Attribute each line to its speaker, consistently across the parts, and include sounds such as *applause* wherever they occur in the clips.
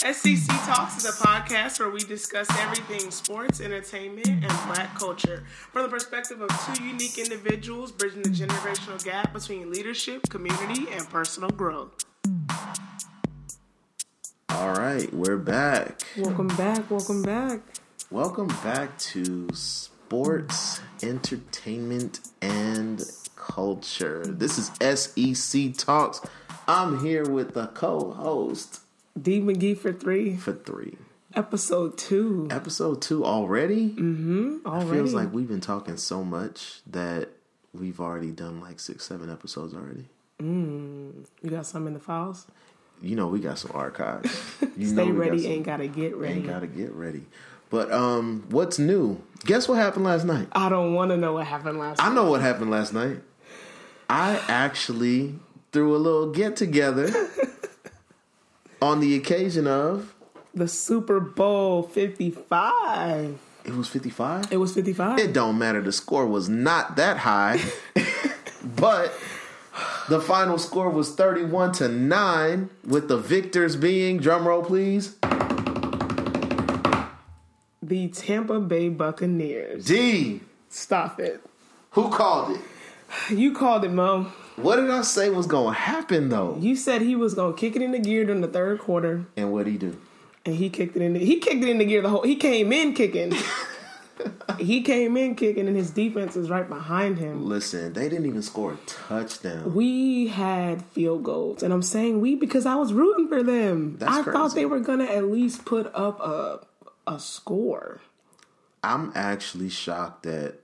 Speaker 1: SCC Talks is a podcast where we discuss everything sports, entertainment, and black culture from the perspective of two unique individuals bridging the generational gap between leadership, community, and personal growth.
Speaker 2: All right, we're back.
Speaker 1: Welcome back. Welcome back.
Speaker 2: Welcome back to Sports, Entertainment, and Culture. This is SEC Talks. I'm here with the co host
Speaker 1: D McGee for three,
Speaker 2: for three.
Speaker 1: episode two.
Speaker 2: Episode two already?
Speaker 1: Already.
Speaker 2: Feels like we've been talking so much that we've already done like six, seven episodes already.
Speaker 1: you got some in the files.
Speaker 2: You know, we got some
Speaker 1: *laughs*
Speaker 2: archives. You
Speaker 1: Stay
Speaker 2: know we got
Speaker 1: ready,
Speaker 2: some-
Speaker 1: ain't gotta get ready.
Speaker 2: ain't gotta get ready. But um, what's new? Guess what happened last night?
Speaker 1: I don't want to know what happened last.
Speaker 2: I know what happened last night. I actually threw a little get together on the occasion of
Speaker 1: the Super Bowl Fifty Five.
Speaker 2: it was 55.
Speaker 1: It was fifty five.
Speaker 2: It don't matter. The score was not that high, *laughs* but the final score was 31 to 9 with the victors being drumroll please
Speaker 1: the Tampa Bay Buccaneers.
Speaker 2: D.
Speaker 1: Stop it.
Speaker 2: Who called it?
Speaker 1: You called it, Mo.
Speaker 2: What did I say was going to happen though?
Speaker 1: You said he was gonna kick it into gear during the third quarter,
Speaker 2: And what would he do?
Speaker 1: and he kicked it in. He kicked it into gear the whole. He came in
Speaker 2: *laughs*
Speaker 1: kicking. he came in kicking, and his defense is right behind him.
Speaker 2: Listen, they didn't even score a touchdown.
Speaker 1: We had field goals, and I'm saying we because I was rooting for them.
Speaker 2: That's
Speaker 1: I thought
Speaker 2: crazy.
Speaker 1: they were gonna at least put up a a score.
Speaker 2: I'm actually shocked that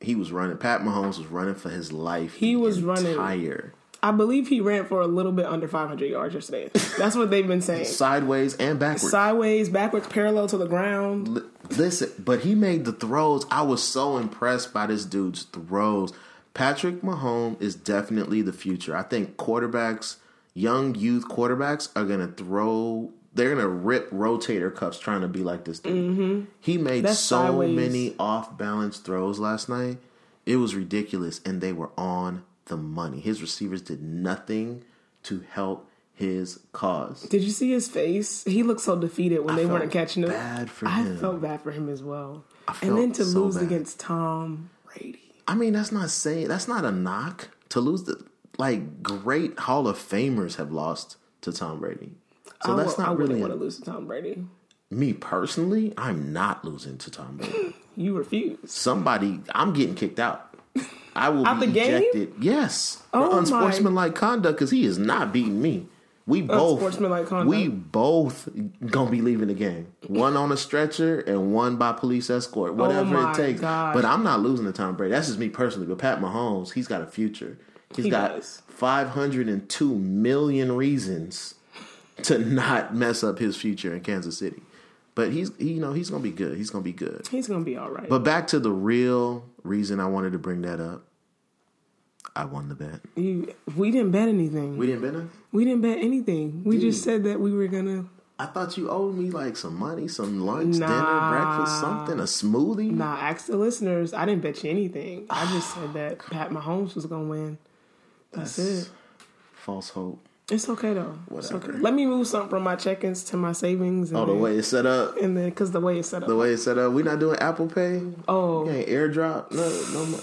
Speaker 2: he was running. Pat Mahomes was running for his life.
Speaker 1: He was running.
Speaker 2: higher,
Speaker 1: I believe he ran for a little bit under 500 yards
Speaker 2: *laughs*
Speaker 1: yesterday. That's what they've been saying.
Speaker 2: sideways and backwards.
Speaker 1: Sideways, backwards, parallel to the ground.
Speaker 2: L- Listen, but he made the throws. I was so impressed by this dude's throws. Patrick Mahomes is definitely the future. I think quarterbacks, young youth quarterbacks, are gonna throw. They're gonna rip rotator cuffs trying to be like this dude. He made
Speaker 1: Mm-hmm. That's
Speaker 2: so
Speaker 1: sideways.
Speaker 2: many off balance throws last night. It was ridiculous, and they were on the money. His receivers did nothing to help his cause.
Speaker 1: Did you see his face? He looked so defeated when they
Speaker 2: felt
Speaker 1: weren't catching him.
Speaker 2: bad for
Speaker 1: I
Speaker 2: him.
Speaker 1: felt bad for him as well.
Speaker 2: felt
Speaker 1: And then to
Speaker 2: so
Speaker 1: lose
Speaker 2: bad.
Speaker 1: against Tom Brady.
Speaker 2: I mean, that's not saying that's not a knock to lose. The like great Hall of Famers have lost to Tom Brady, so
Speaker 1: I,
Speaker 2: that's
Speaker 1: wo- I
Speaker 2: not
Speaker 1: wouldn't
Speaker 2: really
Speaker 1: want to lose to Tom Brady.
Speaker 2: me personally. I'm not losing to Tom Brady.
Speaker 1: You refuse.
Speaker 2: Somebody, I'm getting kicked out. I will
Speaker 1: Out
Speaker 2: be
Speaker 1: the game?
Speaker 2: ejected. Yes,
Speaker 1: Oh,
Speaker 2: for
Speaker 1: my.
Speaker 2: unsportsmanlike conduct because he is not beating me. We both
Speaker 1: Unsportsmanlike conduct.
Speaker 2: We both gonna be leaving the game. One on a stretcher and one by police escort, whatever
Speaker 1: Oh my
Speaker 2: it takes.
Speaker 1: gosh.
Speaker 2: But I'm not losing to Tom Brady. That's just me personally. But Pat Mahomes, he's got a future. He's
Speaker 1: He
Speaker 2: got
Speaker 1: does.
Speaker 2: 502 million reasons to not mess up his future in Kansas City. But he's, he, you know, he's gonna be good. He's gonna be good.
Speaker 1: He's gonna be all right.
Speaker 2: But back to the real reason I wanted to bring that up. I won the bet.
Speaker 1: you, we didn't bet anything. We,
Speaker 2: We didn't bet nothing.
Speaker 1: didn't bet anything. We just said that we were gonna.
Speaker 2: I thought you owed me like some money, some lunch, dinner,
Speaker 1: Nah.
Speaker 2: breakfast, something, a smoothie.
Speaker 1: Nah, ask the listeners. I didn't bet you anything.
Speaker 2: *sighs*
Speaker 1: I just said that Pat Mahomes was gonna win. That's, it.
Speaker 2: False hope.
Speaker 1: It's okay though. It's
Speaker 2: Whatever.
Speaker 1: okay. Let me move something from my check-ins to my savings. And
Speaker 2: Oh, the
Speaker 1: then-
Speaker 2: way it's set up.
Speaker 1: And then, because the way it's set up.
Speaker 2: The way it's set up. We not doing Apple Pay.
Speaker 1: oh,
Speaker 2: We ain't airdrop. No, no. More.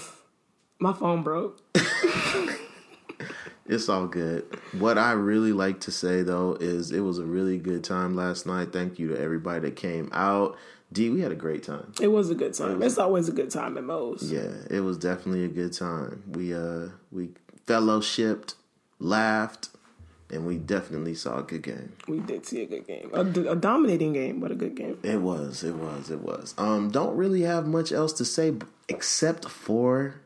Speaker 1: my phone broke.
Speaker 2: It's all good. What I really like to say though is it was a really good time last night. Thank you to everybody that came out. D, we had a great time.
Speaker 1: It was a good time. It's always a good time at Moe's.
Speaker 2: Yeah, it was definitely a good time. We uh we fellowshipped, laughed, and we definitely saw a good game.
Speaker 1: We did see a good game, a, d- a dominating game, but a good game.
Speaker 2: It was, it was, it was. Um, don't really have much else to say b- except for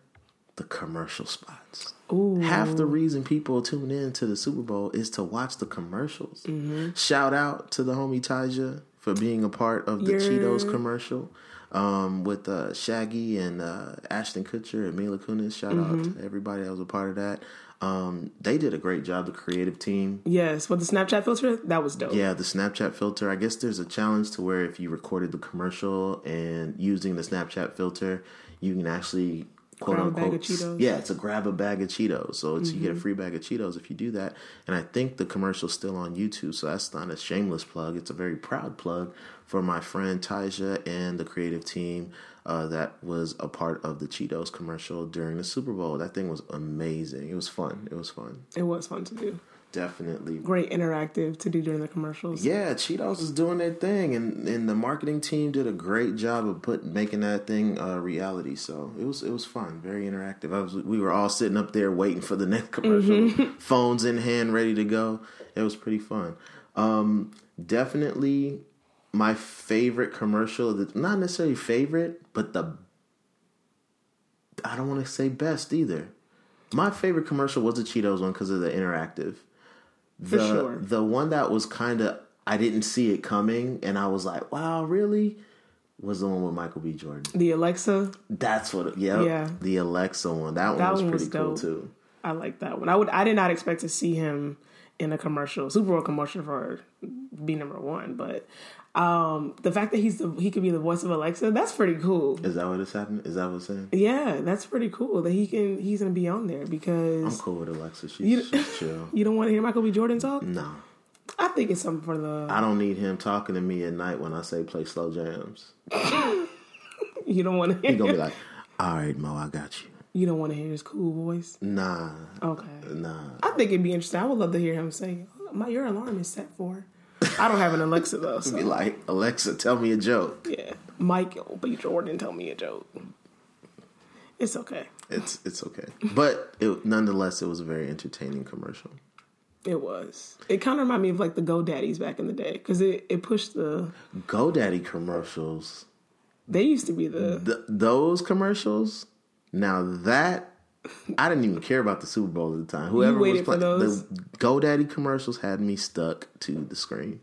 Speaker 2: the commercial spots.
Speaker 1: Ooh.
Speaker 2: Half the reason people tune in to the Super Bowl is to watch the commercials.
Speaker 1: Mm-hmm.
Speaker 2: Shout out to the homie Taja for being a part of the
Speaker 1: Yeah.
Speaker 2: Cheetos commercial um, with uh, Shaggy and uh, Ashton Kutcher and Mila Kunis. Shout
Speaker 1: Mm-hmm.
Speaker 2: out to everybody that was a part of that. Um, they did a great job, the creative team.
Speaker 1: Yes, with the Snapchat filter, that was dope.
Speaker 2: Yeah, the Snapchat filter. I guess there's a challenge to where if you recorded the commercial and using the Snapchat filter, you can actually quote
Speaker 1: Grab a bag of
Speaker 2: unquote.
Speaker 1: Cheetos. Mm-hmm.
Speaker 2: Yeah, to grab a bag of Cheetos. So it's, you get a free bag of Cheetos if you do that. And I think the commercial's still on YouTube, so that's not a shameless plug. It's a very proud plug for my friend Taja and the creative team uh, that was a part of the Cheetos commercial during the Super Bowl. That thing was amazing. It was fun. It was fun.
Speaker 1: It was fun to do.
Speaker 2: Definitely
Speaker 1: Great interactive to do during the commercials.
Speaker 2: yeah, Cheetos is doing their thing, and, and the marketing team did a great job of putting making that thing a reality. So it was it was fun, very interactive. I was we were all sitting up there waiting for the *laughs* next commercial, phones in hand, ready to go. It was pretty fun. Um, definitely my favorite commercial. that- Not necessarily favorite, but the I don't want to say best either. My favorite commercial was the Cheetos one because of the interactive
Speaker 1: For
Speaker 2: the
Speaker 1: sure.
Speaker 2: the one that was kind of I didn't see it coming, and I was like, "Wow, really?" Was the one with Michael B. Jordan.
Speaker 1: The Alexa,
Speaker 2: That's what. Yep,
Speaker 1: Yeah.
Speaker 2: The Alexa one. That one
Speaker 1: That
Speaker 2: was
Speaker 1: one
Speaker 2: pretty
Speaker 1: was
Speaker 2: cool
Speaker 1: dope.
Speaker 2: too.
Speaker 1: I like that one. I would I did not expect to see him in a commercial, Super Bowl commercial for be number one, but um the fact that he's the he could be the voice of Alexa, that's pretty cool.
Speaker 2: Is that what it's happening? Is that what's saying?
Speaker 1: Yeah, that's pretty cool that he can he's gonna be on there
Speaker 2: I'm
Speaker 1: because
Speaker 2: cool with Alexa. She's,
Speaker 1: You-
Speaker 2: she's chill.
Speaker 1: you don't want to hear Michael B. Jordan talk.
Speaker 2: No,
Speaker 1: I think it's something for the
Speaker 2: I don't need him talking to me at night when I say play slow jams.
Speaker 1: you don't want to
Speaker 2: He's gonna
Speaker 1: hear
Speaker 2: be like, "All right, Mo, I got you."
Speaker 1: you don't want to hear his cool voice.
Speaker 2: Nah,
Speaker 1: Okay.
Speaker 2: nah.
Speaker 1: I think it'd be interesting. I would love to hear him say, "My your alarm is set for." I don't have an Alexa though,
Speaker 2: *laughs* Be
Speaker 1: so
Speaker 2: like, Alexa, tell me a joke.
Speaker 1: yeah. Michael B. Jordan, tell me a joke. It's okay.
Speaker 2: It's it's okay, but it, nonetheless, it was a very entertaining commercial.
Speaker 1: It was. It kind of reminded me of like the GoDaddies back in the day because it, it pushed the.
Speaker 2: GoDaddy commercials.
Speaker 1: They used to be the.
Speaker 2: Th- those commercials. Now that I didn't even care about the Super Bowl at the time. Whoever was
Speaker 1: waited for
Speaker 2: playing
Speaker 1: those?
Speaker 2: the GoDaddy commercials had me stuck to the screen.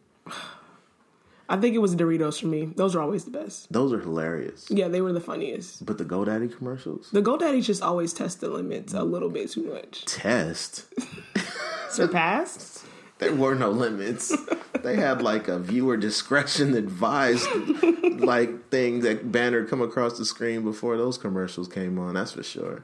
Speaker 1: I think it was Doritos for me. Those are always the best.
Speaker 2: Those are hilarious.
Speaker 1: Yeah, they were the funniest.
Speaker 2: But the GoDaddy commercials
Speaker 1: The GoDaddies just always test the limits a little bit too much.
Speaker 2: test.
Speaker 1: Surpassed.
Speaker 2: There were no limits. they had like a viewer discretion advised like thing that banner come across the screen before those commercials came on. That's for sure.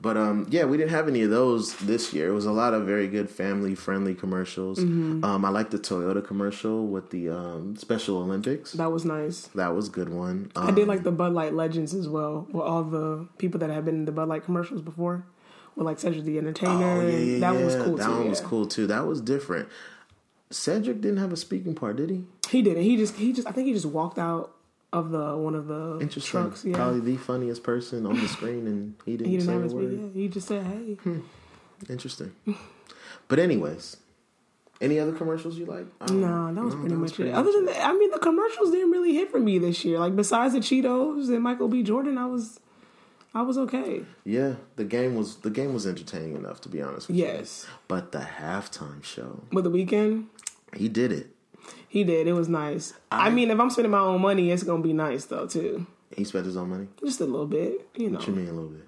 Speaker 2: But um, yeah, we didn't have any of those this year. It was a lot of very good family friendly commercials.
Speaker 1: Mm-hmm.
Speaker 2: Um, I like the Toyota commercial with the um, Special Olympics.
Speaker 1: That was nice.
Speaker 2: That was a good one. Um,
Speaker 1: I did like the Bud Light Legends as well, with all the people that had been in the Bud Light commercials before, with like Cedric the
Speaker 2: oh,
Speaker 1: Entertainer. that one was cool
Speaker 2: That
Speaker 1: too.
Speaker 2: one was
Speaker 1: yeah.
Speaker 2: cool too. That was different. Cedric didn't have a speaking part, did he?
Speaker 1: He didn't. He just he just I think he just walked out of the one of the
Speaker 2: Interesting.
Speaker 1: trucks. Yeah,
Speaker 2: Probably the funniest
Speaker 1: *laughs*
Speaker 2: person on the screen, and he didn't,
Speaker 1: he didn't
Speaker 2: say
Speaker 1: have
Speaker 2: a
Speaker 1: his.
Speaker 2: word. Hmm.
Speaker 1: Yeah, he just said hey.
Speaker 2: Interesting. But anyways, any other commercials you like? Um, I don't-
Speaker 1: No, that was pretty
Speaker 2: that was
Speaker 1: much
Speaker 2: pretty
Speaker 1: it.
Speaker 2: much
Speaker 1: Other than that, I mean, the commercials didn't really hit for me this year. Like besides the Cheetos and Michael B. Jordan, I was, I was okay.
Speaker 2: Yeah, the game was the game was entertaining enough to be honest. with you.
Speaker 1: Yes,
Speaker 2: But the halftime show,
Speaker 1: but the weekend
Speaker 2: he did it.
Speaker 1: he did. It was nice. I, mean, if I'm spending my own money, it's gonna be nice though too.
Speaker 2: He spent his own money.
Speaker 1: Just a little bit, you know,
Speaker 2: What you mean a little bit?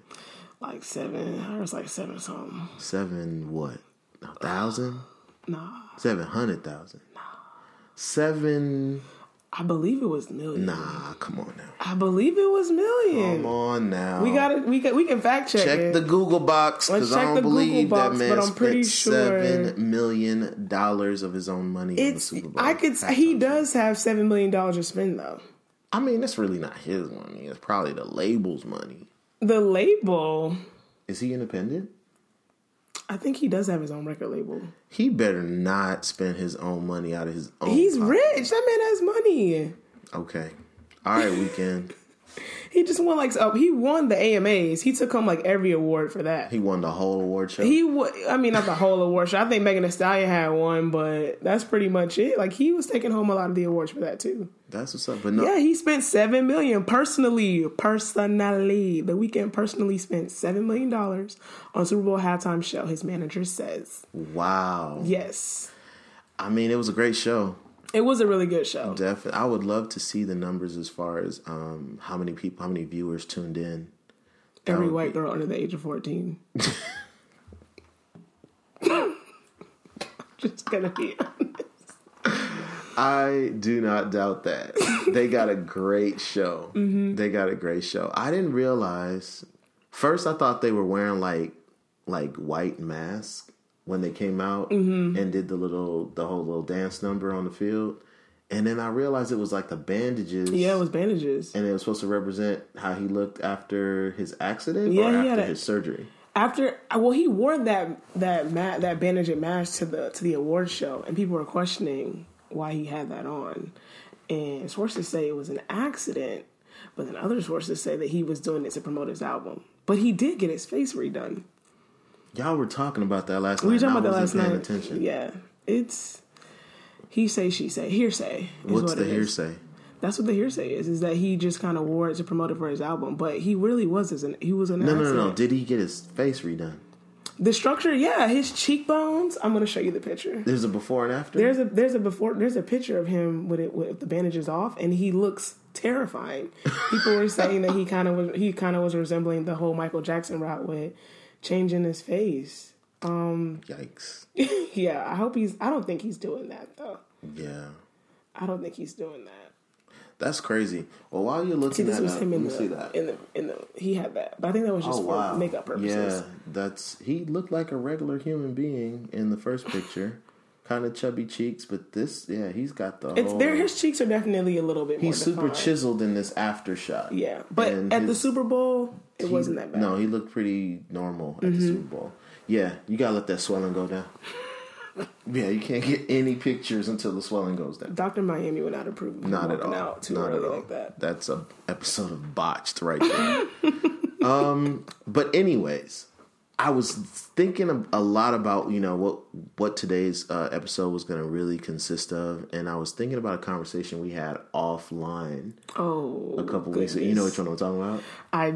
Speaker 1: like seven. I was like seven something.
Speaker 2: Seven what? A thousand?
Speaker 1: Nah,
Speaker 2: Seven hundred thousand? Seven?
Speaker 1: I believe it was million.
Speaker 2: Nah, come on now.
Speaker 1: I believe it was million.
Speaker 2: Come on now.
Speaker 1: We got it. We can. We can fact check.
Speaker 2: Oh, check
Speaker 1: it.
Speaker 2: the Google box
Speaker 1: Let's
Speaker 2: because I
Speaker 1: check the
Speaker 2: don't
Speaker 1: Google
Speaker 2: believe
Speaker 1: box,
Speaker 2: that
Speaker 1: but
Speaker 2: man
Speaker 1: I'm pretty
Speaker 2: spent
Speaker 1: sure-
Speaker 2: seven million dollars of his own money on the
Speaker 1: it's.
Speaker 2: Super Bowl.
Speaker 1: I could. He does have seven million dollars to spend though.
Speaker 2: I mean, it's really not his money. It's probably the label's money.
Speaker 1: The label.
Speaker 2: Is he independent?
Speaker 1: I think he does have his own record label.
Speaker 2: He better not spend his own money out of his own.
Speaker 1: He's
Speaker 2: pocket.
Speaker 1: rich. That man has money.
Speaker 2: okay.
Speaker 1: *laughs*
Speaker 2: All right, weekend.
Speaker 1: He just won like oh, he won the AMAs. He took home like every award for that.
Speaker 2: he won the whole award show.
Speaker 1: He wa I mean, not the whole award show. I think Megan Thee Stallion had one, but that's pretty much it. Like he was taking home a lot of the awards for that too.
Speaker 2: That's what's up. But no,
Speaker 1: Yeah, he spent seven million personally. Personally, the weekend personally spent seven million dollars on Super Bowl halftime show. His manager says
Speaker 2: wow.
Speaker 1: yes.
Speaker 2: I mean, it was a great show.
Speaker 1: It was a really good show.
Speaker 2: Definitely, I would love to see the numbers as far as um, how many people, how many viewers tuned in.
Speaker 1: Every
Speaker 2: would
Speaker 1: white girl under the age of *laughs* fourteen. Just gonna be.
Speaker 2: I do not
Speaker 1: *laughs*
Speaker 2: doubt that.
Speaker 1: Mm-hmm.
Speaker 2: they got a great show. They got a great show. I didn't realize First, I thought they were wearing like like white masks when they came out
Speaker 1: Mm-hmm.
Speaker 2: and did the little the whole little dance number on the field, and then I realized it was like the bandages.
Speaker 1: Yeah, it was bandages.
Speaker 2: and it was supposed to represent how he looked after his accident
Speaker 1: Yeah,
Speaker 2: or
Speaker 1: he
Speaker 2: after
Speaker 1: had a-
Speaker 2: his surgery.
Speaker 1: After uh, well, he wore that that ma- that bandage and mask to the to the award show, and people were questioning why he had that on. And sources say it was an accident, but then other sources say that he was doing it to promote his album. But he did get his face redone.
Speaker 2: Y'all were talking about that last
Speaker 1: We were
Speaker 2: night. and
Speaker 1: talking about
Speaker 2: I
Speaker 1: that last
Speaker 2: wasn't
Speaker 1: night.
Speaker 2: paying attention.
Speaker 1: Yeah, it's he say she say hearsay. Is
Speaker 2: What's
Speaker 1: what
Speaker 2: the
Speaker 1: it is.
Speaker 2: hearsay?
Speaker 1: That's what the hearsay is. Is that he just kind of wore it to promote it for his album, but he really was as an he was an
Speaker 2: No, no,
Speaker 1: accident.
Speaker 2: no, no. Did he get his face redone?
Speaker 1: The structure, yeah, his cheekbones. I'm gonna show you the picture.
Speaker 2: There's a before and after.
Speaker 1: There's a there's a before there's a picture of him with it with the bandages off, and he looks terrifying. People were saying
Speaker 2: *laughs*
Speaker 1: that he kind of was he kind of was resembling the whole Michael Jackson route with changing his face.
Speaker 2: Yikes.
Speaker 1: Yeah, I hope he's. I don't think he's doing that though.
Speaker 2: Yeah.
Speaker 1: I don't think he's doing that.
Speaker 2: That's crazy. Well, while you're looking
Speaker 1: See, this
Speaker 2: at
Speaker 1: was
Speaker 2: that,
Speaker 1: him
Speaker 2: let
Speaker 1: in
Speaker 2: me
Speaker 1: the,
Speaker 2: see that. Oh,
Speaker 1: in the in the he had that, but I think that was just for makeup purposes.
Speaker 2: Yeah, that's he looked like a regular human being in the first picture, kind of chubby cheeks, but this, yeah, he's got the.
Speaker 1: It's
Speaker 2: whole,
Speaker 1: there. His cheeks are definitely a little bit more.
Speaker 2: Oh. he's super
Speaker 1: defined.
Speaker 2: chiseled in this after shot.
Speaker 1: Yeah, but
Speaker 2: And
Speaker 1: at the
Speaker 2: his-
Speaker 1: Super Bowl, it
Speaker 2: he-
Speaker 1: wasn't that bad. Mm-hmm.
Speaker 2: No, he looked pretty normal at the Super Bowl. Yeah, you gotta let that swelling
Speaker 1: *laughs*
Speaker 2: go down. yeah, you can't get any pictures until the swelling goes down.
Speaker 1: Doctor Miami would not approve of him
Speaker 2: Not at
Speaker 1: walking
Speaker 2: all.
Speaker 1: out too
Speaker 2: Not
Speaker 1: early
Speaker 2: at all.
Speaker 1: like that.
Speaker 2: That's a episode of botched right there. *laughs* um, but anyways, I was thinking a, a lot about you know what what today's uh, episode was going to really consist of, and I was thinking about a conversation we had offline
Speaker 1: Oh,
Speaker 2: a couple weeks. ago. You know which one I'm talking about?
Speaker 1: I,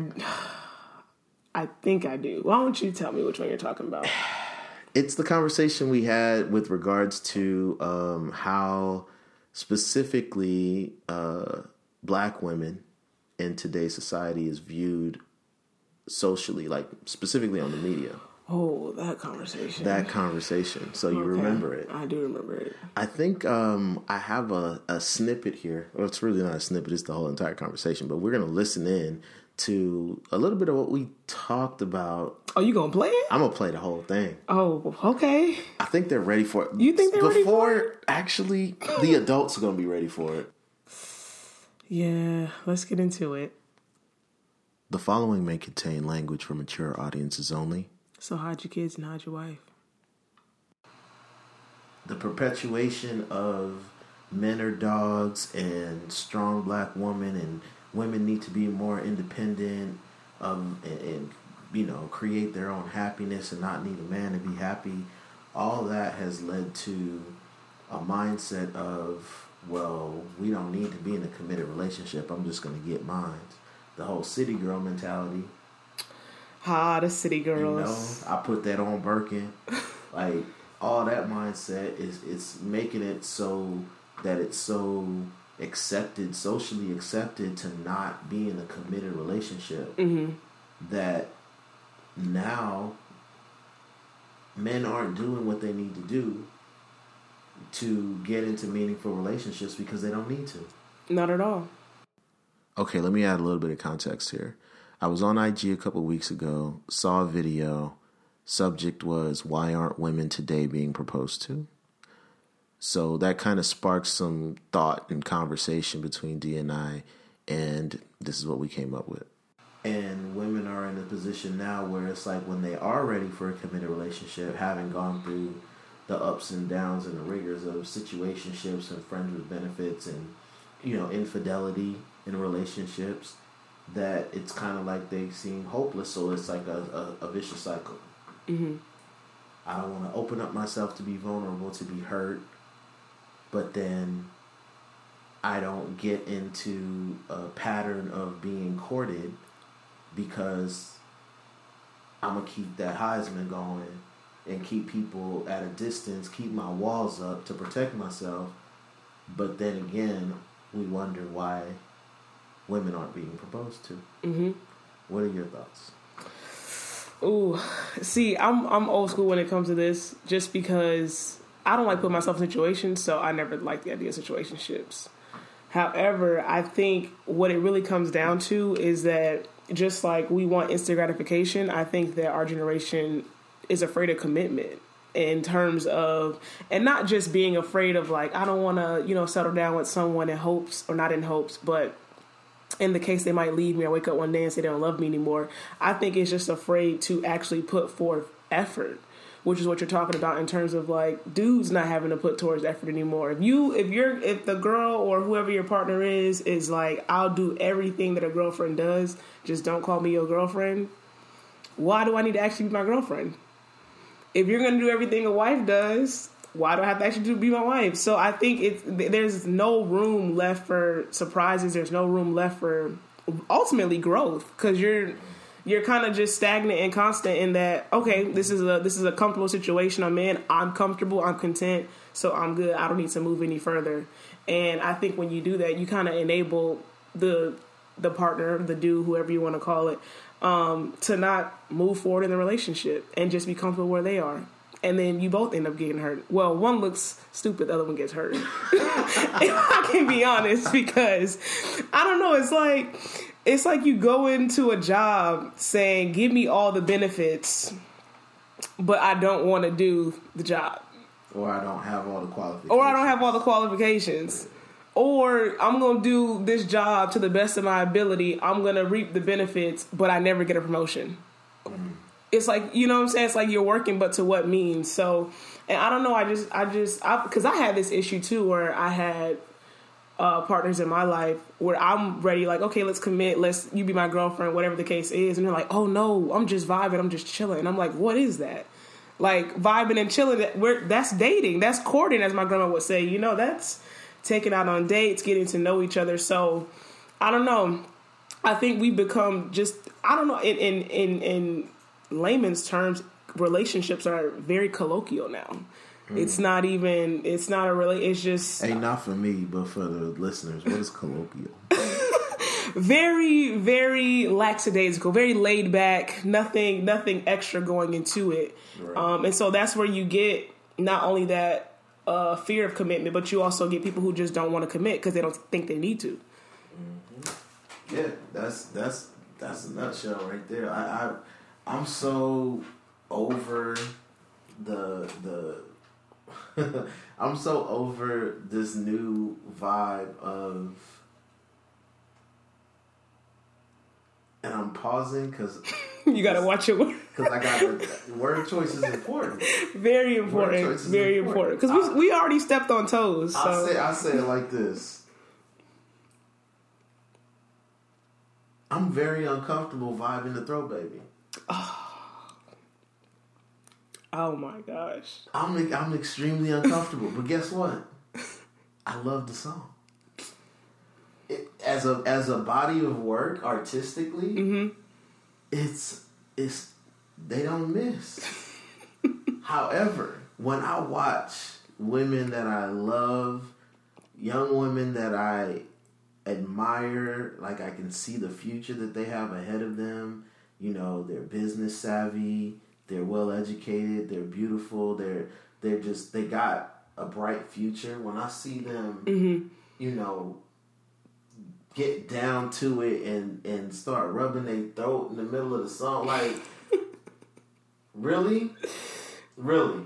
Speaker 1: I think I do. Why don't you tell me which one you're talking about?
Speaker 2: it's the conversation we had with regards to um, how specifically uh, black women in today's society is viewed socially like specifically on the media
Speaker 1: Oh, that conversation.
Speaker 2: that conversation so you
Speaker 1: Okay.
Speaker 2: remember it
Speaker 1: I do remember it.
Speaker 2: i think um, i have a, a snippet here well it's really not a snippet it's the whole entire conversation but we're gonna listen in to a little bit of what we talked about
Speaker 1: Oh, you gonna play it?
Speaker 2: i'm gonna play the whole thing
Speaker 1: Oh, okay.
Speaker 2: I think they're ready for it.
Speaker 1: You think they're ready
Speaker 2: before
Speaker 1: for
Speaker 2: actually the adults are gonna be ready for it.
Speaker 1: Yeah, let's get into it.
Speaker 2: The following may contain language for mature audiences only.
Speaker 1: So, hide your kids and hide your wife.
Speaker 2: The perpetuation of men are dogs and strong black women and women need to be more independent um, and, and you know create their own happiness and not need a man to be happy. All that has led to a mindset of, well, we don't need to be in a committed relationship. I'm just going to get mine. The whole city girl mentality.
Speaker 1: Ha, the city
Speaker 2: You
Speaker 1: girls.
Speaker 2: know, I put that on Birkin. Like all that mindset is it's making it so that it's so accepted, socially accepted to not be in a committed relationship.
Speaker 1: Mm-hmm.
Speaker 2: That now men aren't doing what they need to do to get into meaningful relationships because they don't need to.
Speaker 1: Not at all.
Speaker 2: Okay, let me add a little bit of context here. I was on IG a couple weeks ago, saw a video. Subject was why aren't women today being proposed to? So that kind of sparked some thought and conversation between D and I, and this is what we came up with. And women are in a position now where it's like when they are ready for a committed relationship, having gone through the ups and downs and the rigors of situationships and friends with benefits and you know infidelity in relationships, that it's kind of like they seem hopeless. So it's like a, a, a vicious cycle.
Speaker 1: Mm-hmm.
Speaker 2: I don't want to open up myself to be vulnerable, to be hurt, but then I don't get into a pattern of being courted because I'm going to keep that Heisman going and keep people at a distance, keep my walls up to protect myself. But then again, we wonder why women aren't being proposed to. Mm-hmm. What are your thoughts?
Speaker 1: Ooh, see, I'm I'm old school when it comes to this, just because I don't like putting myself in situations, so I never like the idea of situationships. However, I think what it really comes down to is that just like we want instant gratification, I think that our generation is afraid of commitment in terms of and not just being afraid of like I don't want to, you know, settle down with someone in hopes or not in hopes, but in the case they might leave me or wake up one day and say they don't love me anymore. I think it's just afraid to actually put forth effort which is what you're talking about in terms of like dudes not having to put towards effort anymore. If you if you're if the girl or whoever your partner is is like I'll do everything that a girlfriend does, just don't call me your girlfriend. Why do I need to actually be my girlfriend? If you're going to do everything a wife does, why do I have to actually do, be my wife? So I think it's th- there's no room left for surprises. There's no room left for ultimately growth because you're you're kind of just stagnant and constant in that okay this is a this is a comfortable situation i'm in i'm comfortable i'm content so i'm good i don't need to move any further and i think when you do that you kind of enable the the partner the dude whoever you want to call it um, to not move forward in the relationship and just be comfortable where they are and then you both end up getting hurt. Well, one looks stupid, the other one gets hurt. *laughs* I can be honest because I don't know. It's like it's like you go into a job saying, "Give me all the benefits," but I don't want to do the job,
Speaker 2: Or I don't have all the qualifications.
Speaker 1: or I don't have all the qualifications. Or I'm gonna do this job to the best of my ability. I'm gonna reap the benefits, but I never get a promotion it's like you know what I'm saying. It's like you're working, but to what means? So, and I don't know. I just, I just, because I, had this issue too, where I had uh, partners in my life where I'm ready, like, okay, let's commit. Let's you be my girlfriend, whatever the case is, and they're like, oh no, I'm just vibing, I'm just chilling. And I'm like, what is that? Like vibing and chilling. That we're that's dating, that's courting, as my grandma would say. You know, that's taking out on dates, getting to know each other. So, I don't know. I think we've become just I don't know in in in, in layman's terms, relationships are very colloquial now. It's not even. It's not a really. It's just
Speaker 2: Hey, not for me, but for the listeners. What is colloquial?
Speaker 1: very, very lackadaisical, very laid back. Nothing, nothing extra going into it.
Speaker 2: Right.
Speaker 1: Um, and so that's where you get not only that uh, fear of commitment, but you also get people who just don't want to commit because they don't think they need to.
Speaker 2: *laughs* yeah, that's that's that's a nutshell right there. I, I I'm so over the the *laughs* I'm so over this new vibe of and I'm pausing because
Speaker 1: you got to watch your word.
Speaker 2: because I got word choice is important.
Speaker 1: *laughs* Very important.
Speaker 2: choice is
Speaker 1: Very important
Speaker 2: important.
Speaker 1: because we we already stepped on toes. So.
Speaker 2: I say I say it like this. I'm very uncomfortable vibing the throw baby.
Speaker 1: oh my gosh.
Speaker 2: I'm I'm extremely uncomfortable, but guess what? I love the song. It, as a as a body of work artistically, it's it's they don't miss. However, when I watch women that I love, young women that I admire, like I can see the future that they have ahead of them, you know, they're business savvy, they're well educated, they're beautiful, they're they're just they got a bright future. When I see them, you know, get down to it and and start rubbing their throat in the middle of the song like really really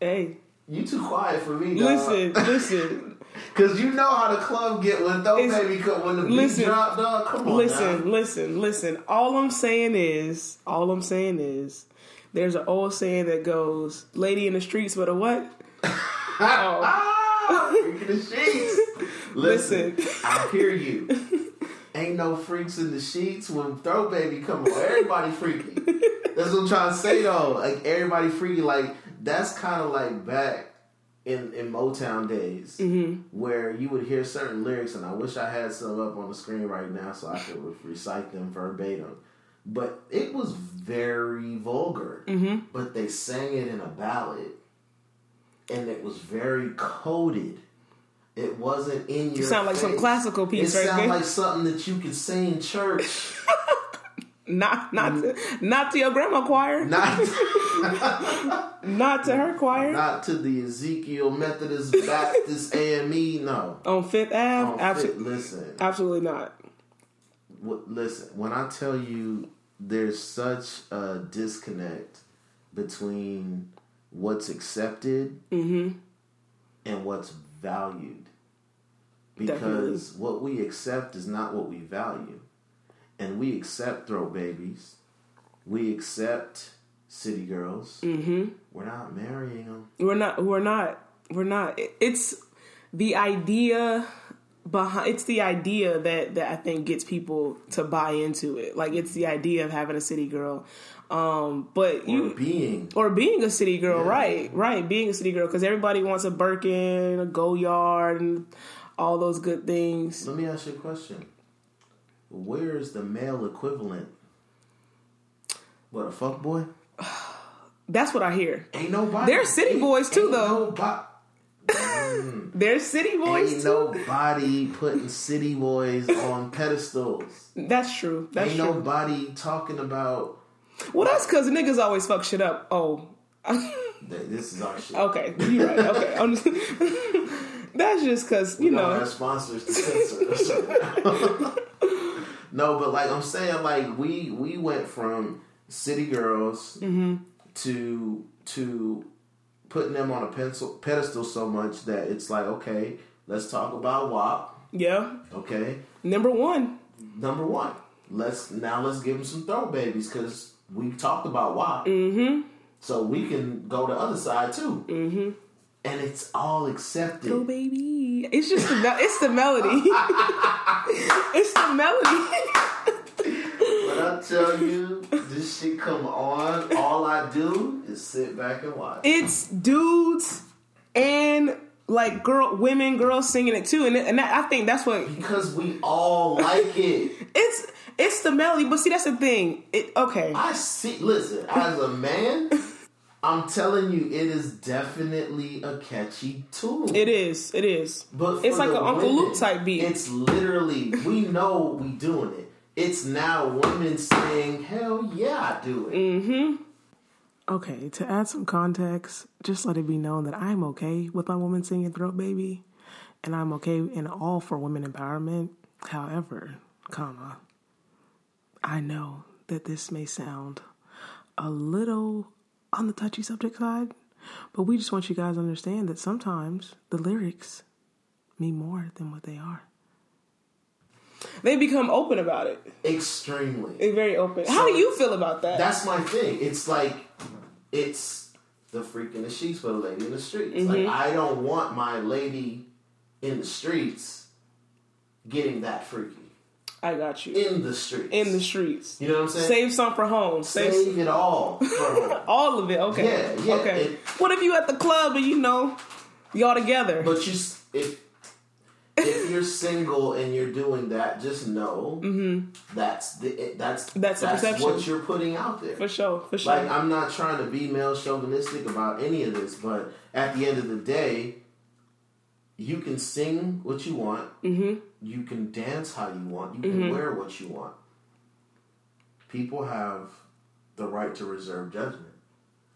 Speaker 1: Hey,
Speaker 2: you too quiet for me dog.
Speaker 1: listen, listen.
Speaker 2: *laughs* Cause you know how the club get when those
Speaker 1: It's-
Speaker 2: baby come when the beat
Speaker 1: listen.
Speaker 2: drop, dog. Come on,
Speaker 1: listen,
Speaker 2: now.
Speaker 1: listen, listen. All I'm saying is, all I'm saying is, there's an old saying that goes, "Lady in the streets with a what?" Oh,
Speaker 2: *laughs* Ah, freak in the sheets. Listen,
Speaker 1: Listen.
Speaker 2: I hear you. Ain't no freaks in the sheets when throw baby come on. Everybody freaky. That's what I'm trying to say though. Like everybody freaky. Like that's kind of like back in in Motown days where you would hear certain lyrics, and I wish I had some up on the screen right now so I could re- recite them verbatim. But it was very vulgar.
Speaker 1: Mm-hmm.
Speaker 2: But they sang it in a ballad, and it was very coded. It wasn't in your.
Speaker 1: you sound like some
Speaker 2: face.
Speaker 1: classical
Speaker 2: It
Speaker 1: piece right
Speaker 2: sounded
Speaker 1: there.
Speaker 2: like something that you could sing in church.
Speaker 1: *laughs* not, not, to, not to your grandma choir, not,
Speaker 2: Not
Speaker 1: to her choir
Speaker 2: not to the Ezekiel Methodist Baptist AME. No,
Speaker 1: on Fifth Ave.
Speaker 2: Don't fit-
Speaker 1: absolutely,
Speaker 2: listen.
Speaker 1: absolutely not.
Speaker 2: Wh- Listen, when I tell you there's such a disconnect between what's accepted and what's valued. Because what we accept is not what we value. And we accept throw babies. We accept city girls. Mm-hmm. We're not marrying them.
Speaker 1: We're not. We're not. We're not. It- It's the idea behind. It's the idea that that I think gets people to buy into it. Like it's the idea of having a city girl. Um, but you
Speaker 2: We're being.
Speaker 1: or being a city girl, right? Right, being a city girl because everybody wants a Birkin, a Go Yard, and all those good things.
Speaker 2: Let me ask you a question. Where is the male equivalent? What a fuck boy?
Speaker 1: That's what I hear.
Speaker 2: Ain't nobody.
Speaker 1: They're city
Speaker 2: ain't-
Speaker 1: boys too,
Speaker 2: ain't
Speaker 1: though.
Speaker 2: nobo-
Speaker 1: They're city boys
Speaker 2: ain't
Speaker 1: too.
Speaker 2: nobody putting city boys on pedestals.
Speaker 1: That's true. That's
Speaker 2: ain't
Speaker 1: true.
Speaker 2: nobody talking about
Speaker 1: well, that's because niggas always fuck shit up. Oh, *laughs*
Speaker 2: that this is our shit.
Speaker 1: okay, you're right. Okay, I'm just- *laughs* that's just because you
Speaker 2: No,
Speaker 1: know.
Speaker 2: our sponsors to censor us. *laughs* no, but like I'm saying, like we we went from city girls to to putting them on a pencil pedestal so much that it's like, okay, let's talk about WAP.
Speaker 1: Yeah,
Speaker 2: Okay,
Speaker 1: number one.
Speaker 2: number one, let's now let's give them some throw babies because we've talked about WAP. So we can go the other side too. Mm-hmm. And it's all accepted.
Speaker 1: Oh baby, it's just the mel it's the melody. *laughs* it's the melody. *laughs*
Speaker 2: When I tell you this shit come on, all I do is sit back and watch.
Speaker 1: it's dudes and like girl women girls singing it too and, and that, i think that's what
Speaker 2: Because we all like it.
Speaker 1: it's it's the melody but see that's the thing it okay
Speaker 2: I see listen, as a man, I'm telling you, it is definitely a catchy tune.
Speaker 1: it is it is
Speaker 2: but for
Speaker 1: it's like
Speaker 2: the
Speaker 1: an uncle
Speaker 2: women,
Speaker 1: luke type beat
Speaker 2: It's literally we know we doing it. It's now women saying, Hell yeah, I do it.
Speaker 1: Mm. Okay, to add some context, just let it be known that I'm okay with my woman singing Throat Baby, and I'm okay in all for women empowerment. However, comma, I know that this may sound a little on the touchy subject side, but we just want you guys to understand that sometimes the lyrics mean more than what they are. They become open about it.
Speaker 2: Extremely.
Speaker 1: They're very open. How do you feel about that?
Speaker 2: That's my thing. It's like it's the freak in the sheets for the lady in the streets.
Speaker 1: Mm-hmm.
Speaker 2: Like I don't want my lady in the streets getting that freaky
Speaker 1: I got you.
Speaker 2: in the streets.
Speaker 1: In the streets.
Speaker 2: you know what I'm saying?
Speaker 1: Save some for home. Save,
Speaker 2: Save, it all. For her.
Speaker 1: all of it. Okay.
Speaker 2: Yeah, yeah,
Speaker 1: okay.
Speaker 2: it-
Speaker 1: what if you at the club and you know y'all together?
Speaker 2: but you, s- if if you're single and you're doing that, just know that's the it- that's
Speaker 1: Mm-hmm. That's the
Speaker 2: what
Speaker 1: perception.
Speaker 2: you're putting out there.
Speaker 1: for sure. For sure.
Speaker 2: Like I'm not trying to be male chauvinistic about any of this, but at the end of the day, you can sing what you want, mm-hmm. you can dance how you want, you can wear what you want. People have the right to reserve judgment,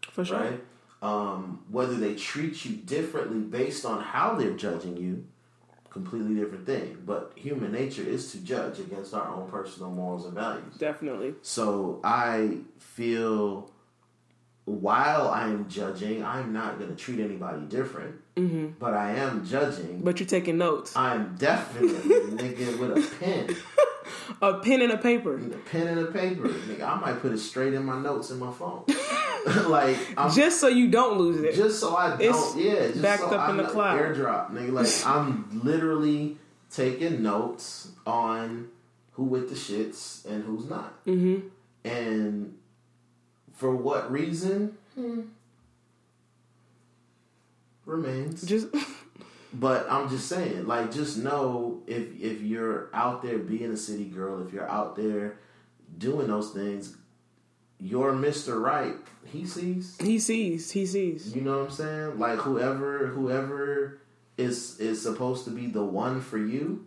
Speaker 1: for sure.
Speaker 2: right? Um, whether they treat you differently based on how they're judging you, completely different thing. But human nature is to judge against our own personal morals and values.
Speaker 1: Definitely.
Speaker 2: So I feel while I'm judging, I'm not going to treat anybody different. Mm-hmm. But I am judging.
Speaker 1: But you're taking notes.
Speaker 2: I'm definitely a nigga with a pen,
Speaker 1: A pen and a paper.
Speaker 2: a pen and a paper. Nigga, I might put it straight in my notes in my phone. *laughs* like I'm
Speaker 1: Just so you don't lose it.
Speaker 2: just so I don't.
Speaker 1: It's
Speaker 2: yeah, just
Speaker 1: backed
Speaker 2: so
Speaker 1: up
Speaker 2: I
Speaker 1: in the
Speaker 2: know-
Speaker 1: cloud.
Speaker 2: Airdrop,
Speaker 1: *laughs*
Speaker 2: nigga. Like I'm literally taking notes on who with the shits and who's not, mm-hmm. and for what reason hmm, remains.
Speaker 1: Just *laughs*
Speaker 2: But I'm just saying, like, just know if if you're out there being a city girl, if you're out there doing those things, you're Mister Right. He sees.
Speaker 1: he sees. He sees.
Speaker 2: You know what I'm saying? Like whoever whoever is is supposed to be the one for you,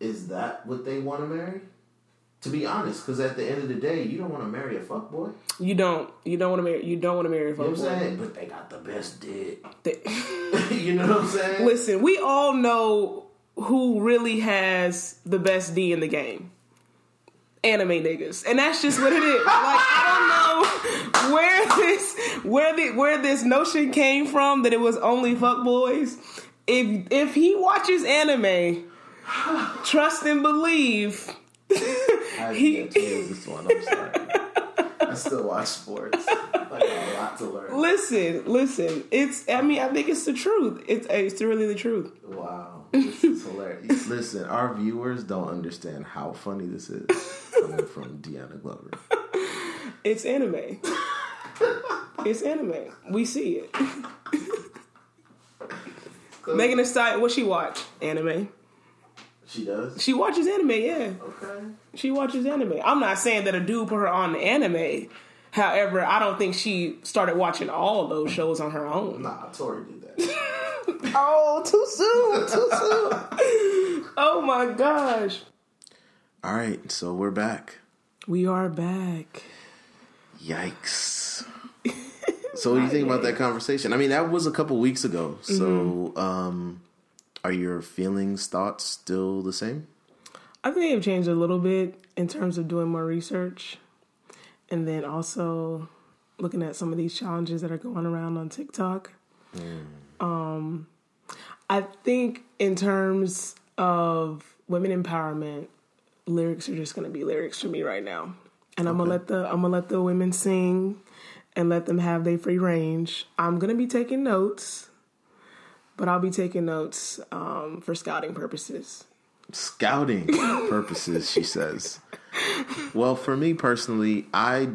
Speaker 2: is that what they want to marry? To be honest, because at the end of the day, you don't want to marry a fuck boy.
Speaker 1: You don't. You don't want to marry. You don't want to marry a
Speaker 2: You know
Speaker 1: fuckboy.
Speaker 2: what I'm saying? But they got the best dick. *laughs*
Speaker 1: They- *laughs*
Speaker 2: you know what I'm saying?
Speaker 1: Listen, we all know who really has the best D in the game. anime niggas, and that's just what it is. Like I don't know where this where the where this notion came from that it was only fuck boys. If if he watches anime, trust and believe.
Speaker 2: I
Speaker 1: He-
Speaker 2: he, this one. I'm sorry. *laughs* I still watch sports. I got a lot to learn.
Speaker 1: Listen, listen. It's I mean I think it's the truth. It's it's really the truth.
Speaker 2: Wow, this is hilarious. Listen, our viewers don't understand how funny this is coming from Deanna
Speaker 1: *laughs*
Speaker 2: Glover.
Speaker 1: It's anime. it's anime. We see it. Megan Thee Stallion, what she watch? Anime.
Speaker 2: She does.
Speaker 1: She watches anime, yeah.
Speaker 2: Okay.
Speaker 1: She watches anime. I'm not saying that a dude put her on the anime. However, I don't think she started watching all of those shows on her own.
Speaker 2: Nah, Tori did that.
Speaker 1: Oh, too soon, too soon. *laughs* oh my gosh.
Speaker 2: *laughs* All right, so we're back.
Speaker 1: We are back.
Speaker 2: *laughs* Yikes. so what do you think about that conversation? I mean, that was a couple weeks ago. So, um, are your feelings, thoughts still the same?
Speaker 1: I think they've changed a little bit in terms of doing more research and then also looking at some of these challenges that are going around on TikTok. Um, I think in terms of women empowerment, lyrics are just going to be lyrics for me right now. And I'm gonna let the I'm gonna let the women sing and let them have their free range. I'm gonna be taking notes, but I'll be taking notes um, for scouting purposes.
Speaker 2: Scouting purposes, she says. Well, for me personally, I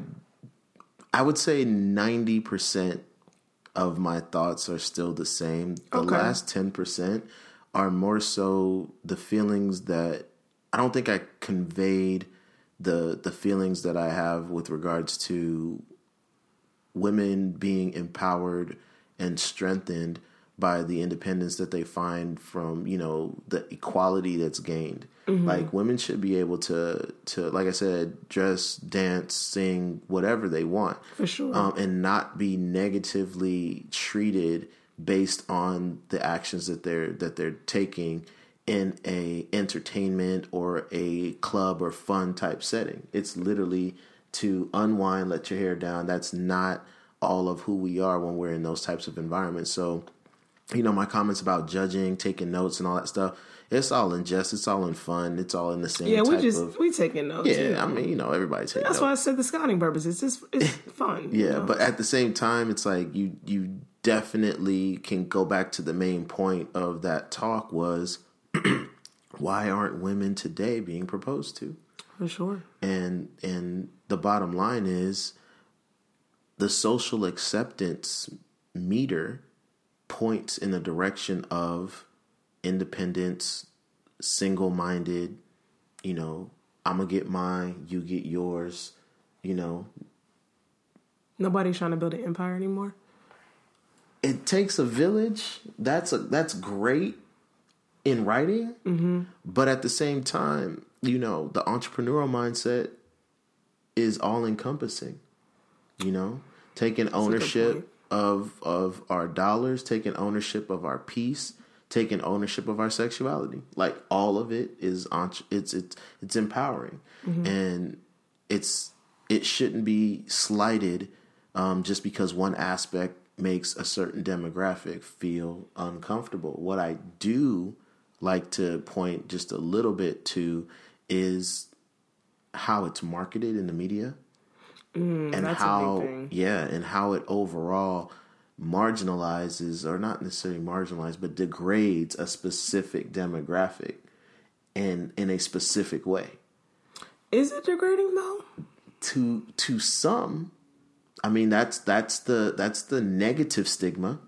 Speaker 2: I would say 90% of my thoughts are still the same. The
Speaker 1: Okay.
Speaker 2: last 10% are more so the feelings that I don't think I conveyed the the feelings that I have with regards to women being empowered and strengthened by the independence that they find from you know the equality that's gained
Speaker 1: Mm-hmm.
Speaker 2: like women should be able to to like i said dress dance sing whatever they want
Speaker 1: For sure.
Speaker 2: um, and not be negatively treated based on the actions that they're that they're taking in a entertainment or a club or fun type setting. It's literally to unwind, let your hair down. That's not all of who we are when we're in those types of environments. So you know, my comments about judging, taking notes and all that stuff, it's all in jest, it's all in fun, it's all in the same
Speaker 1: Yeah, we
Speaker 2: type
Speaker 1: just
Speaker 2: of
Speaker 1: we taking notes.
Speaker 2: Yeah,
Speaker 1: Yeah,
Speaker 2: I mean, you know, everybody takes
Speaker 1: that's
Speaker 2: notes.
Speaker 1: why I said the scouting purpose. It's just it's
Speaker 2: *laughs*
Speaker 1: fun. you
Speaker 2: Yeah,
Speaker 1: know?
Speaker 2: but at the same time, it's like you you definitely can go back to the main point of that talk was *clears throat* why aren't women today being proposed to?
Speaker 1: for sure.
Speaker 2: And and the bottom line is the social acceptance meter points in the direction of independence, single-minded, you know, I'm going to get mine, you get yours, you know,
Speaker 1: Nobody's trying to build an empire anymore.
Speaker 2: it takes a village. That's a that's great in writing, but at the same time, you know, the entrepreneurial mindset is all encompassing. You know, taking
Speaker 1: point.
Speaker 2: ownership of of our dollars, taking ownership of our peace, taking ownership of our sexuality. Like all of it is entre- it's it's it's empowering, and it's it shouldn't be slighted um, just because one aspect makes a certain demographic feel uncomfortable. What I do like to point just a little bit to is how it's marketed in the media and
Speaker 1: Mm, that's a big
Speaker 2: how
Speaker 1: thing.
Speaker 2: yeah and how it overall marginalizes or not necessarily marginalized but degrades a specific demographic and in a specific way
Speaker 1: Is it degrading though?
Speaker 2: to to some i mean that's that's the that's the negative stigma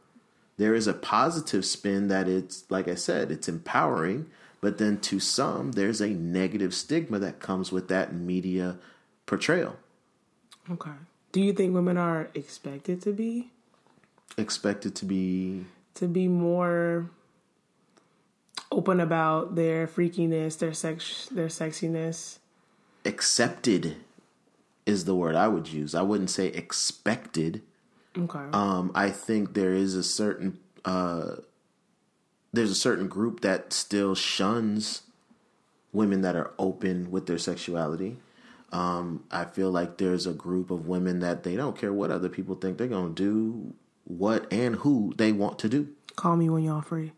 Speaker 2: there is a positive spin that it's like i said it's empowering but then to some there's a negative stigma that comes with that media portrayal
Speaker 1: Okay. Do you think women are expected to be
Speaker 2: expected to be
Speaker 1: to be more open about their freakiness, their sex, their sexiness?
Speaker 2: accepted is the word I would use. I wouldn't say expected.
Speaker 1: Okay.
Speaker 2: Um, I think there is a certain uh, there's a certain group that still shuns women that are open with their sexuality. Um, I feel like there's a group of women that they don't care what other people think. They're going to do what and who they want to do.
Speaker 1: Call me when y'all free.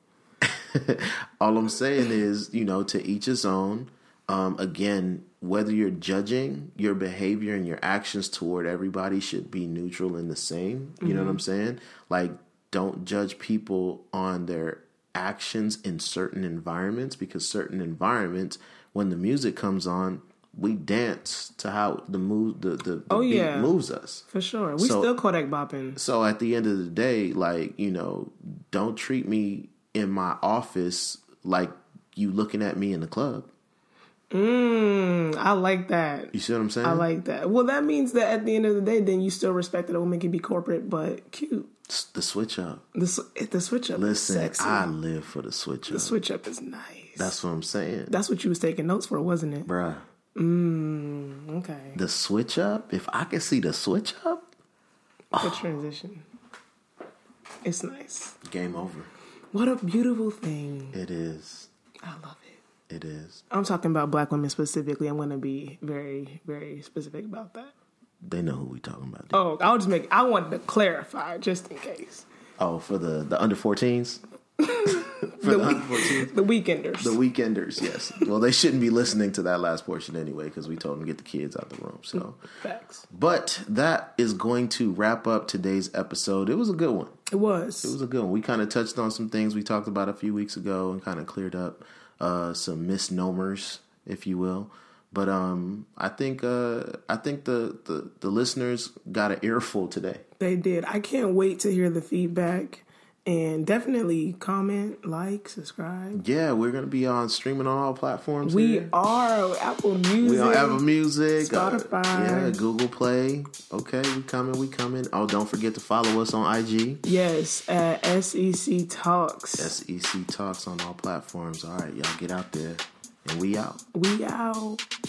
Speaker 2: All I'm saying is, you know, to each his own. Um, again, whether you're judging your behavior and your actions toward everybody should be neutral and the same. You know what I'm saying? Like, don't judge people on their actions in certain environments because certain environments, when the music comes on, we dance to how the move the the, the beat
Speaker 1: yeah.
Speaker 2: moves us.
Speaker 1: For sure. We
Speaker 2: So-
Speaker 1: still Kodak bopping.
Speaker 2: So at the end of the day, like, you know, don't treat me in my office like you looking at me in the club.
Speaker 1: Mm, I like that.
Speaker 2: You see what I'm saying?
Speaker 1: I like that. Well, that means that at the end of the day, then you still respect that a woman can be corporate but cute.
Speaker 2: S- the switch up.
Speaker 1: The, s- the switch up
Speaker 2: Listen,
Speaker 1: is sexy.
Speaker 2: I live for the switch up.
Speaker 1: the switch up is nice.
Speaker 2: That's what I'm saying.
Speaker 1: That's what you was taking notes for, wasn't it?
Speaker 2: Bruh.
Speaker 1: Okay.
Speaker 2: The switch up, if I could see the switch up, *sighs*
Speaker 1: Good transition. It's nice.
Speaker 2: game over.
Speaker 1: What a beautiful thing.
Speaker 2: It is.
Speaker 1: I love it.
Speaker 2: It is.
Speaker 1: I'm talking about black women specifically. I'm going to be very, very specific about that.
Speaker 2: They know who we talking about. dude.
Speaker 1: Oh, I'll just make. I wanted to clarify just in case.
Speaker 2: Oh, for the, the under 14s? *laughs* for the,
Speaker 1: The
Speaker 2: under 14s?
Speaker 1: The weekenders.
Speaker 2: The weekenders, yes. well, they shouldn't be listening to that last portion anyway because we told them to get the kids out the room. So,
Speaker 1: Facts.
Speaker 2: but that is going to wrap up today's episode. It was a good one.
Speaker 1: It was.
Speaker 2: It was a good one. We kind of touched on some things we talked about a few weeks ago and kind of cleared up uh, some misnomers, if you will. But um, I think uh, I think the, the the listeners got an earful today.
Speaker 1: They did. I can't wait to hear the feedback. And definitely comment, like, subscribe.
Speaker 2: Yeah, we're gonna be on streaming on all platforms.
Speaker 1: We
Speaker 2: here.
Speaker 1: are Apple Music.
Speaker 2: We on Apple Music, uh,
Speaker 1: Spotify.
Speaker 2: yeah, Google Play. Okay, we coming, we coming. Oh, don't forget to follow us on IG.
Speaker 1: Yes, at SEC Talks.
Speaker 2: E SEC Talks on all platforms. All right, y'all get out there, and we out.
Speaker 1: We out.